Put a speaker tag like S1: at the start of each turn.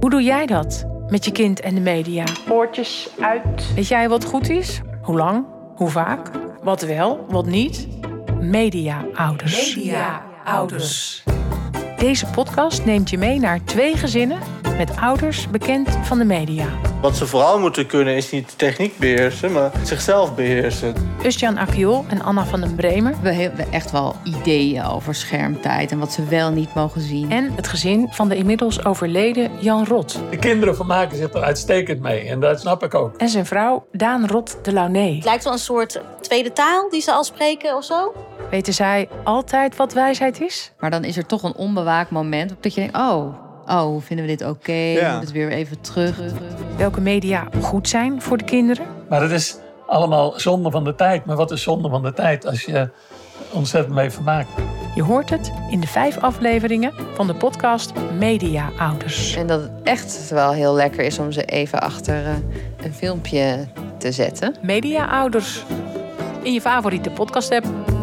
S1: Hoe doe jij dat met je kind en de media?
S2: Poortjes uit.
S1: Weet jij wat goed is? Hoe lang? Hoe vaak? Wat wel, wat niet? Media-ouders.
S3: ouders.
S1: Deze podcast neemt je mee naar twee gezinnen met ouders bekend van de media.
S4: Wat ze vooral moeten kunnen is niet de techniek beheersen, maar zichzelf beheersen.
S1: Ustjan Akiol en Anna van den Bremer.
S3: We hebben echt wel ideeën over schermtijd en wat ze wel niet mogen zien.
S1: En het gezin van de inmiddels overleden Jan Rot
S5: De kinderen vermaken zich er uitstekend mee. En dat snap ik ook.
S1: en zijn vrouw Daan Rot de Launé.
S6: Het lijkt wel een soort tweede taal die ze al spreken of zo.
S1: Weten zij altijd wat wijsheid is?
S3: Maar dan is er toch een onbewaakt moment op dat je denkt, oh, oh, vinden we dit oké?
S4: Ja.
S3: Moet het weer even terug?
S1: Welke media goed zijn voor de kinderen?
S5: Maar het is allemaal zonde van de tijd. Maar wat is zonde van de tijd als je ontzettend mee vermaakt?
S1: Je hoort het in de vijf afleveringen van de podcast Media Ouders.
S7: En dat het echt wel heel lekker is om ze even achter eh, een filmpje te zetten.
S1: Media Ouders. In je favoriete podcast app.